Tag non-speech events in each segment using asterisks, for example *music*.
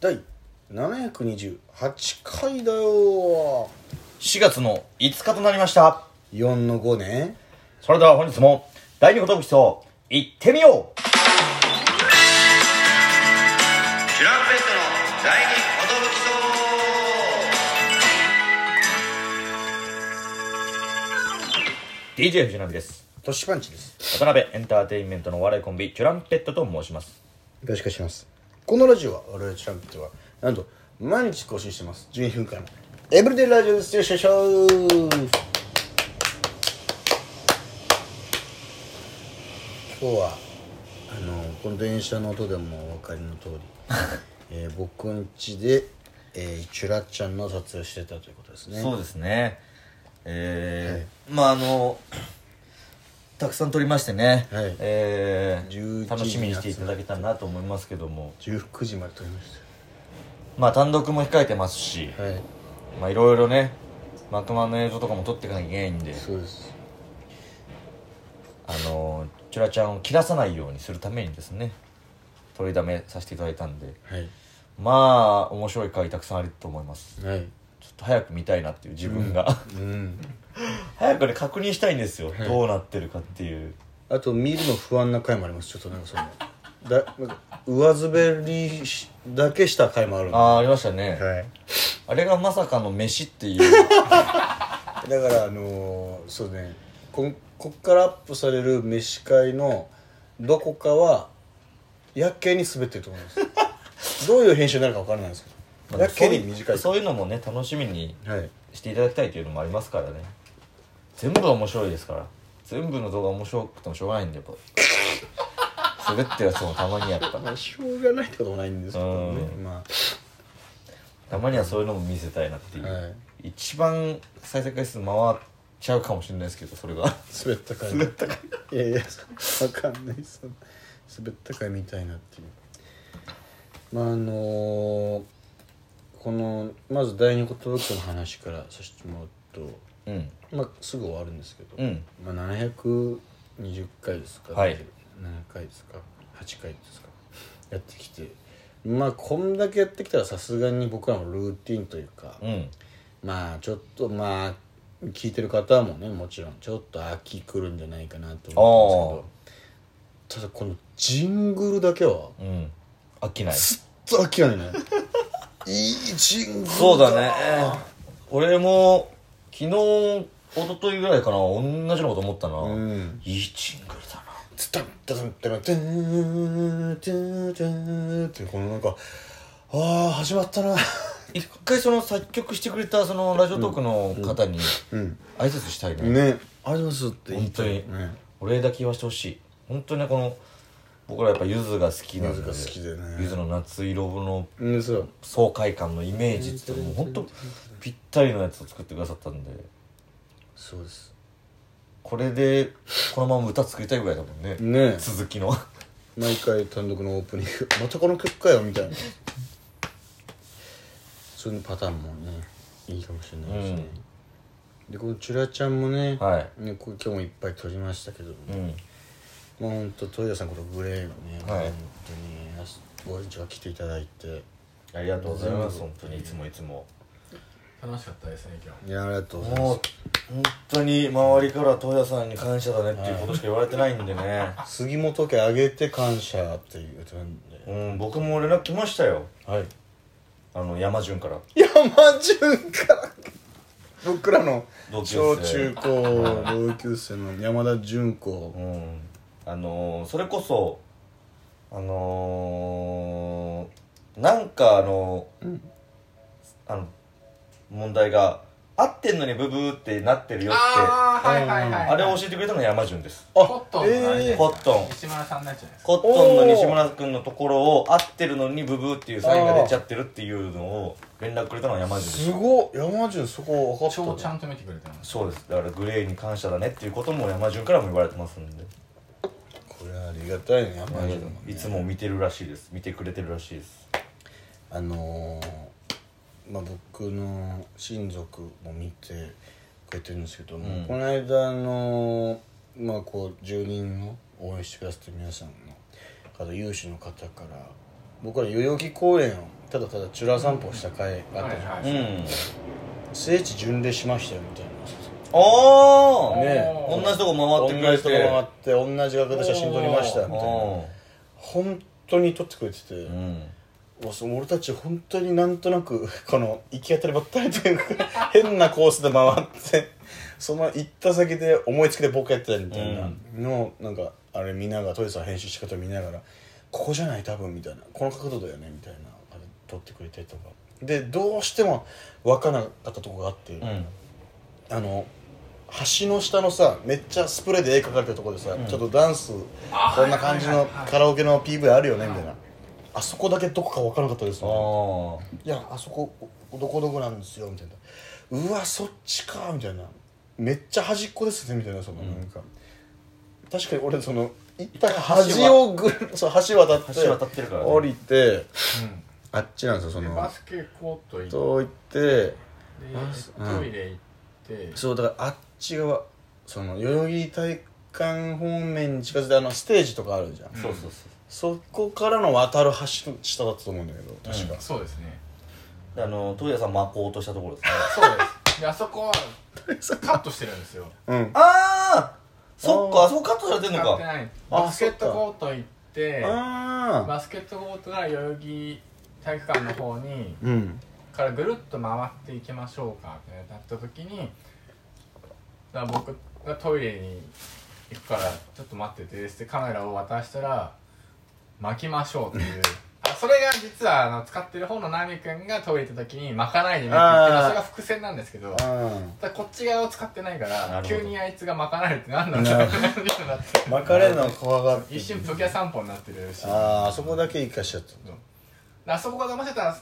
第728回だよ4月の5日となりました。 4の5ねそれでは本日も、第2寿と、行ってみようチュランペットの第二寿 !DJ 藤波です。トシパンチですよ渡辺エンターテインメントのお笑いコンビ、チュランペットと申します。ろしくお願いしますこのラジオは我々チャンピオンはなんと毎日更新してます12分間のエブリデイラジオですよいしょしょ今日はあのこの電車の音でもお分かりの *laughs* 通り、えー僕ん家で、えーチュラちゃんの撮影をしてたということですねそうですね。えー、まああの、たくさん撮りましてね、はいえ11ー、楽しみにしていただけたらなと思いますけども、 19時まで撮りましまあ単独も控えてますし、たはいまあいろいろね、マクマの映像とかも撮っていかなきゃいけないんで、そうですあのチュラちゃんを切らさないようにするためにですね取りだめさせていただいたんではいまあ面白い回たくさんあると思いますはいちょっと早く見たいなっていう自分が、うん *laughs* 早くね確認したいんですよ、どうなってるかっていうあと見るの不安な回もありますちょっとなんかそのだなんか上滑りしだけした回もあるんでああありましたね、はいあれがまさかの飯っていう *laughs* だからあのーそうねこんこっからアップされる飯会のどこかはやけに滑ってると思います *laughs* どういう編集になるか分からないんですけどやけに短いそういうのもね楽しみにはいしていただきたいというのもありますからね全部が面白いですから全部の動画面白くてもしょうがないんでやっぱ滑ってるやつもたまにやっぱまあしょうがないってこともないんですけどねうまたまにはそういうのも見せたいなっていう、はい一番再生回数回っちゃうかもしれないですけどそれがあ滑った回滑った回いやいや分かんないその滑った回みたいなっていうまああのこのまず第二言武器の話からさせてもらううんと、まあ、すぐ終わるんですけど、うんまあ、720回ですか、はい7回ですか8回ですかやってきてまあこんだけやってきたらさすがに僕らのルーティンというか、うんまあちょっとまあ聞いてる方もねもちろんちょっと秋来るんじゃないかなと思うんですけどただこのジングルだけはうん飽きないずっと飽きないねいいジングルそうだね俺も昨日一昨日ぐらいかな同じようなこと思ったな、うんいいジングルだなツタンタタンタタンタンタンタンってこのなんかああ始まったな一回その作曲してくれたそのラジオトークの方にうん挨拶したいね、ねありますって言い本当たいにねお礼だけ言わせてほしい本当にねこの僕らやっぱゆずが好きなんで柚子が好きでねゆずの夏色のうんそう爽快感のイメージってもう本当ぴったりのやつを作ってくださったんでそうですこれでこのまま歌作りたいぐらいだもんねね続きの毎回単独のオープニングまたこの曲かよみたいなそういうパターンもねいいかもしれないですね、でこのチュラちゃんもね,、はねこれ今日もいっぱい撮りましたけども、いうんまあほんと豊田さんことグレーのね、はい本当にあすご一が来ていただいてありがとうございます本当にいつもいつも楽しかったですね今いやありがとうございまもう本当に周りからトヤさんに感謝だねっていうことしか言われてないんでねす杉本家あげて感謝っていう歌なんで *laughs* うん僕も連絡来ましたよはいあの山潤から山潤から僕らの同級生小中高同級生の山田純子うんあのーそれこそあのーなんかあのーあの問題が合ってんのにブブーってなってるよってあああはいはいはいれを教えてくれたのが山潤ですコットンのあれえじゃないですえかコットン西村さんになっちゃうんですかコットンの西村君のところを合ってるのにブブーっていうサインが出ちゃってるっていうのを連絡くれたのが山潤ですすごっ山潤そこ分か超っちたゃんと見てくれてますそうですだからグレーに感謝だねっていうことも山潤からも言われてますんでこれはありがたいね山潤もねいつも見てるらしいです見てくれてるらしいですあのーまあ僕の親族も見てくれてるんですけども、うんこの間あのーまあこう住人の応援してくださってる皆さんの方有志の方から僕は代々木公園をただただチュラ散歩した回があったじゃん、はいうん聖地巡礼しましたよみたいなおー、ね同じとこ回ってく同れじてとこ回って同じ額で写真撮りましたみたいなお本当に撮ってくれてて、ーうんもうその俺たち本当になんとなく *laughs* この行き当たりばったりというか *laughs* 変なコースで回って *laughs* その行った先で思いつきでボケやってたりみたいなの、なんかあれ見ながらトイさん編集し方見ながらここじゃない多分みたいなこの角度だよねみたいなあれ撮ってくれてとかでどうしても分からなかったとこがあって、うんあの橋の下のさめっちゃスプレーで絵描かれてるとこでさ、ちょっとダンスこんな感じのカラオケの PV あるよねみたいな、あそこだけどこか分からなかったですみたいなおーいやあそこどこどこなんですよみたいなうわそっちかみたいなめっちゃ端っこですねみたいなそのなんか、確かに俺その行った端をぐるそう橋渡って橋渡ってるからね降りてうんあっちなんですよそでバのスケコート行っと行っててうんトイレ行ってそうだからあっち側その代々木体育館方面に近づいてあのステージとかあるじゃん、そうそうそうそこからの渡る橋の下だったと思うんだけど確か、そうですねであのトイレさん巻こうとしたところですねそうですであそこはカットしてるんですようんああそっかあそこカットされてんの使ってかないあバスケットコート行ってああバスケットコートから代々木体育館の方にうんからぐるっと回っていきましょうかってなった時にだから僕がトイレに行くからちょっと待っててですってカメラを渡したら巻きましょうっていうあそれが実はあの使ってる方のナミ君がトイレ行った時に巻かないでねって言ってあーそれが伏線なんですけどああただこっち側を使ってないかならるほど急にあいつが巻かないって何なんなるだろうって感じになって巻かれるの怖がって *laughs* 一瞬プキャ散歩になってるしあああそこだけ生かしちゃったあそこが騙せたら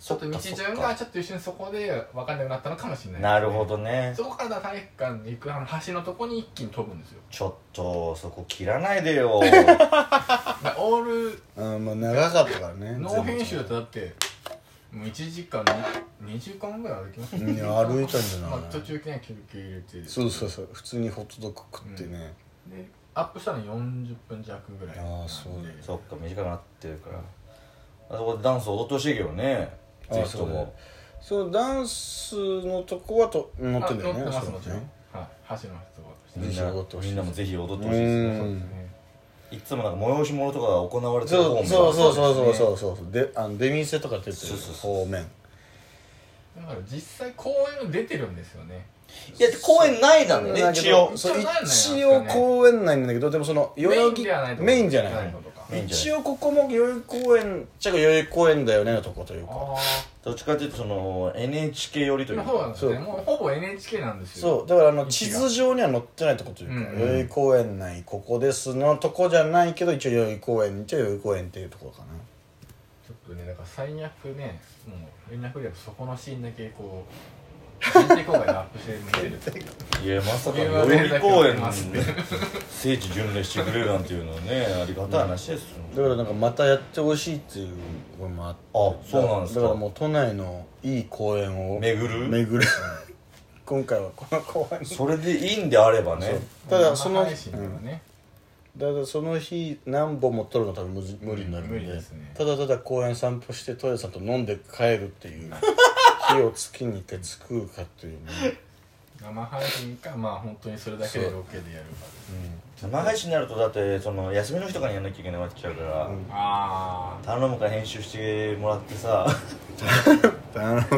ちょっと道順がちょっと一瞬そこで分かんなくなったのかもしれないなるほどねそこから体育館に行くあの橋のとこに一気に飛ぶんですよちょっとそこ切らないで *laughs* よだからオールうんまあ長かったからねノー編集だとだってもう1時間に2時間ぐらい歩きましたいや歩いたんじゃないまあ、途中には休憩入れてそうそうそう普通にホットドッグ食ってね、でアップしたの40分弱ぐらいああそうなんでそっか短くなってるからあそこでダンス踊ってほしいけどねあぜーひともそのダンスのとこはと乗あってんだよね乗ってますそうもだちろん、はい、橋の人としてねみんぜなひ踊ってほしいみんなもぜひ踊ってほしういですねんねいつもなんか催し物とかが行われてる方そ面うそうそううそうそうそうそうであの出店とか出てるそうそうそう方面だから実際公園出てるんですよねいや公園ないだろねだけ一ど応そう一応ないのよ一応公園内なんだけどでもその代々木メメイインンじじゃゃなないいのよメインじ一ゃない応ここも代々木公園ちゃく代々木公園だよねのとこというかあどっちかっていうとその NHK 寄りというあかそうなんですねそうもうほぼ NHK なんですよそうだからあの地位置が図上には載ってないとこというかうんうん代々木公園内ここですのとこじゃないけど一応代々木公園一応代々木公園っていうところかなちょっとねだから最悪ねもう連絡でそこのシーンだけこう人的今回でアップして見てるいやまさかそれ代は々木公園連絡が来ますでね *laughs* 聖地巡礼してくれるなんていうのはねありがたい話ですよだからなんかまたやってほしいっていう声もあってあそうなんですかだからもう都内のいい公園を巡る巡る今回はこの公園にそれでいいんであればねただその生配信ではね、だからその日何本も撮るの多分無理無理になるんで,、無理ですねただただ公園散歩してトイレさんと飲んで帰るっていう日を月に一回作るかっていうね生配信かまあ本当にそれだけでロケでやるかですね生配信になるとだってその休みの日とかにやんなきゃいけなくなっちゃうから、んあ頼むから編集してもらってさあのこ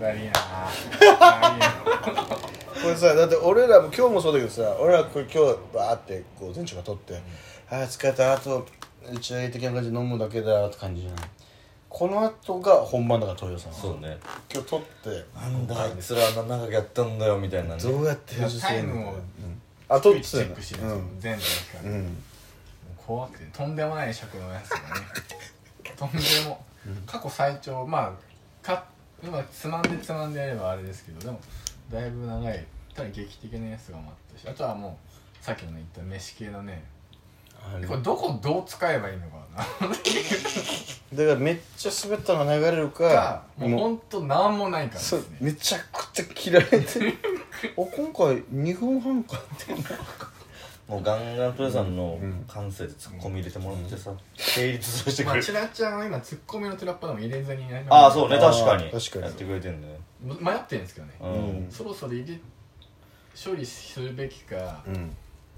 あだりなだりなれさだって俺らも今日もそうだけどさ俺らこれ今日バーってこう全長が撮って、ああ疲れたあと打ち上げ的な感じで飲むだけだって感じじゃないこの後が本番だからトイレさんはそうね今日撮ってなんだあいつらあんな長くやったんだよみたいなねどうやって *laughs* 編集するのタイムをうんあ撮っチェてたよックしてるんですよ全部ですからうん、うん怖くてとんでもない尺のやつがねとんでも過去最長まあか今つまんでつまんでやればあれですけどでもだいぶ長いただ劇的なやつが待ったしあとはもうさっきの言った飯系のねあれこれどこどう使えばいいのかだからめっちゃ滑ったのが流れるなかがもうほんとなんもないからでそうすねめち *laughs* ゃくちゃ切られてるあ今回2分半かってもうガンガントレさんのうん感性でツッコミ入れてもらってさ成立させてまくれあるチラッちゃんは今ツッコミのトラッパーでも入れずにねああそうねあー確かに確かにやってくれてんだよ迷ってるんですけどね、ううんんそろそろ入れ処理するべきか、うん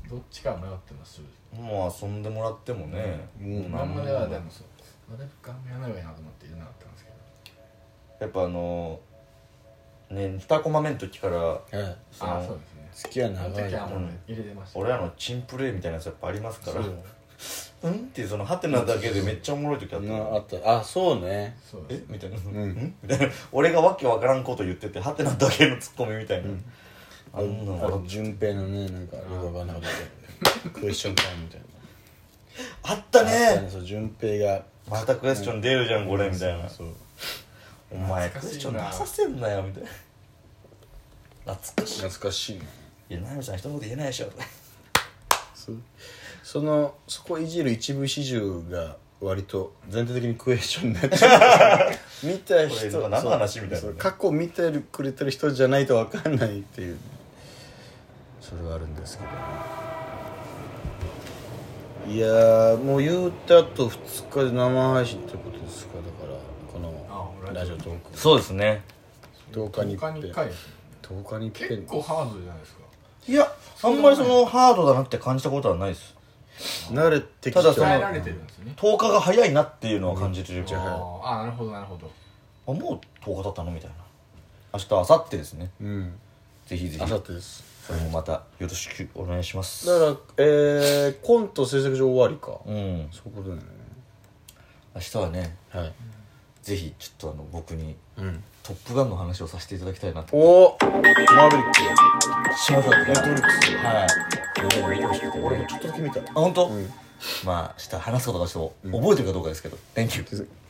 どっちか迷ってますもう遊んでもらってもねうんまんまではでやもそうまだガンやらない方がいいなと思って入れなかったんですけどっぱあのね二コマ目の時からはいそああそうのですね付き合いあの長い時はよもう入れてました俺らのチンプレーみたいなやつやっぱありますかそらう *laughs* うんっていうそのハテナだけでめっちゃおもろい時あったなのあったあそうねそうですえみたいな、んん、みたいな俺がわけわからんこと言っててハテナだけのツッコミみたいな、 *laughs* ああんなのの順平のねなんかよくわかんなか *laughs* ったクエスチョンタイムみたいなあったあったねねそう順平がまたクエスチョン出るじゃんこれみたいなそうお前クエ懐かスしチいョンな出させんなよみたいな懐かしい懐かしいないやナミさん人のこと言えないでしょとかそうそのそこいじる一部始終が割と全体的にクエスチョンになっちゃう見たこれ *laughs* 人今何の話みたいなそねう過去見てくれてる人じゃないと分かんないっていうそれがあるんですけどいやーもう言うてあと2日で生配信ってことですかだからこのあラジオトークそうですね10日に他に一1遍回ですね10日に一結遍構ハードじゃないですかいやあんまりそのハードだなって感じたことはないです慣れてきただその鍛えられてるんですよね10日が早いなっていうのは感じてるじゃあああなるほどなるほどもう10日経ったのみたいな明日明後日ですねうんぜひぜあひさってですそれもまたよろしくお願いしますだからえー、コント制作上終わりか、うんそういうことだよね明日はねはい、ぜひちょっとあの僕にうん、 「トップガン」の話をさせていただきたいなとおおマーベリック島崎ネットフリックスはいよろしく俺もちょっとだけ見たあ本当、んまあ明日話すことがちょっと覚えてるかどうかですけど「Thank you」